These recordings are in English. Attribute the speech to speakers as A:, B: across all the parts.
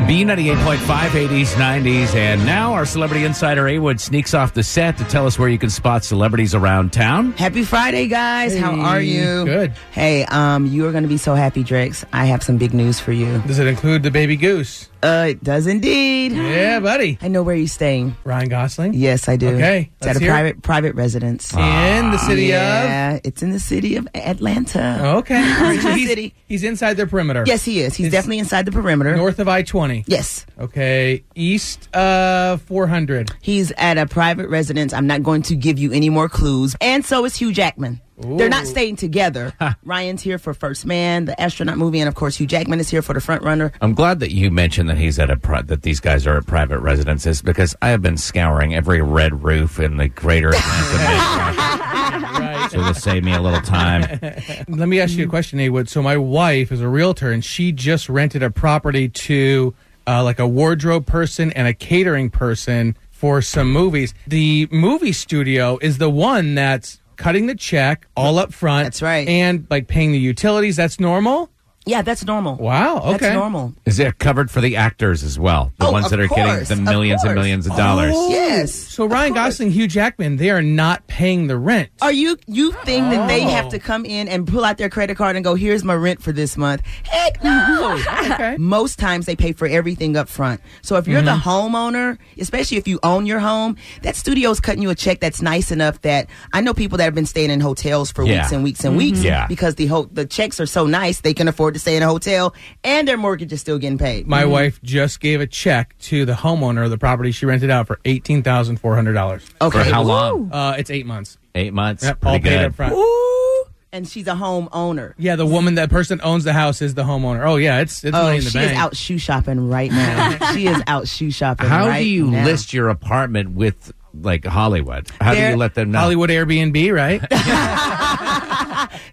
A: B98.5, 80s, 90s, and now our celebrity insider A Wood sneaks off the set to tell us where you can spot celebrities around town.
B: Happy Friday, guys. How are you?
C: Good.
B: Hey, um, you are going to be so happy, Drex. I have some big news for you.
C: Does it include the baby goose?
B: Uh, it does indeed.
C: Yeah, buddy.
B: I know where you're staying.
C: Ryan Gosling.
B: Yes, I do.
C: Okay,
B: It's at
C: let's
B: a
C: hear it.
B: private private residence.
C: In the city Oh.
B: yeah, it's in the city of Atlanta.
C: of. Okay.
B: Original
C: he's,
B: city.
C: he's inside their perimeter.
B: Yes, he is. He's
C: It's
B: definitely inside the perimeter.
C: North of I 20.
B: Yes,
C: Okay. East uh 400.
B: he's at a private residence. I'm not going to give you any more clues. And so is Hugh Jackman. They're not staying together. Ryan's here for First Man, the astronaut movie, and of course Hugh Jackman is here for the front runner.
A: I'm glad that you mentioned that he's at a pri- that these guys are at private residences because I have been scouring every red roof in the greater Atlanta
C: Right.
A: so it'll save me a little time.
C: Let me
B: Mm-hmm.
C: ask you a question, A Wood. So my wife is a realtor and she just rented a property to uh, like a wardrobe person and a catering person for some movies. The movie studio is the one that's cutting the check all up front.
B: That's right.
C: And like paying the utilities. That's normal.
B: Yeah, that's normal.
C: Wow. Okay.
B: That's normal.
A: Is it covered for the actors as well? The
B: Oh,
A: ones
B: of
A: that are
B: course,
A: getting
B: of
A: the millions and
B: course. Oh.
A: millions of dollars.
B: Yes.
C: Oh, So Ryan Gosling, Hugh Jackman, they are not paying the rent.
B: Are you you think that they
C: Oh.
B: have to come in and pull out their credit card and go, here's my rent for this month? Heck no.
C: Okay.
B: Most times they pay for everything up front. So if you're the homeowner, especially if you own your home, that studio's cutting you a check that's nice enough that I know people that have been staying in hotels for
A: Yeah.
B: weeks and weeks and weeks
A: Yeah.
B: because the ho- the checks are so nice they can afford to stay in a hotel and their mortgage is still getting paid.
C: My wife just gave a check to the homeowner of the property she rented out for eighteen thousand four hundred dollars.
A: For
B: okay.
A: how long?
C: Uh, it's eight months.
A: Eight months.
C: Yep, all
A: Pretty
C: paid
A: good.
C: up front.
B: Ooh. And she's a homeowner.
C: Yeah, the woman, that person owns the house is the homeowner. Oh yeah, it's it's money
B: Oh,
C: in the
B: she
C: bank.
B: is out shoe shopping right now. she is out shoe shopping
A: How
B: right
A: do you
B: now.
A: list your apartment with like Hollywood? How do
B: There-
A: you let them know?
C: Hollywood Airbnb, right?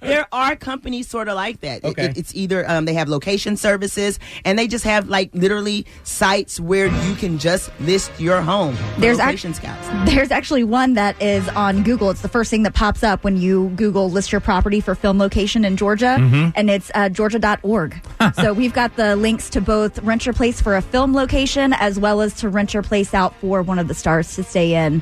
B: There are companies sort of like that. It-
C: Okay.
B: it- it's either um, they have location services and they just have like literally sites where you can just list your home.
D: There's ac-
B: location scouts.
D: There's actually one that is on Google. It's the first thing that pops up when you Google list your property for film location in Georgia, and it's uh, georgia.org. so we've got the links to both rent your place for a film location as well as to rent your place out for one of the stars to stay in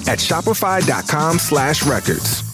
E: at shopify.com slash records.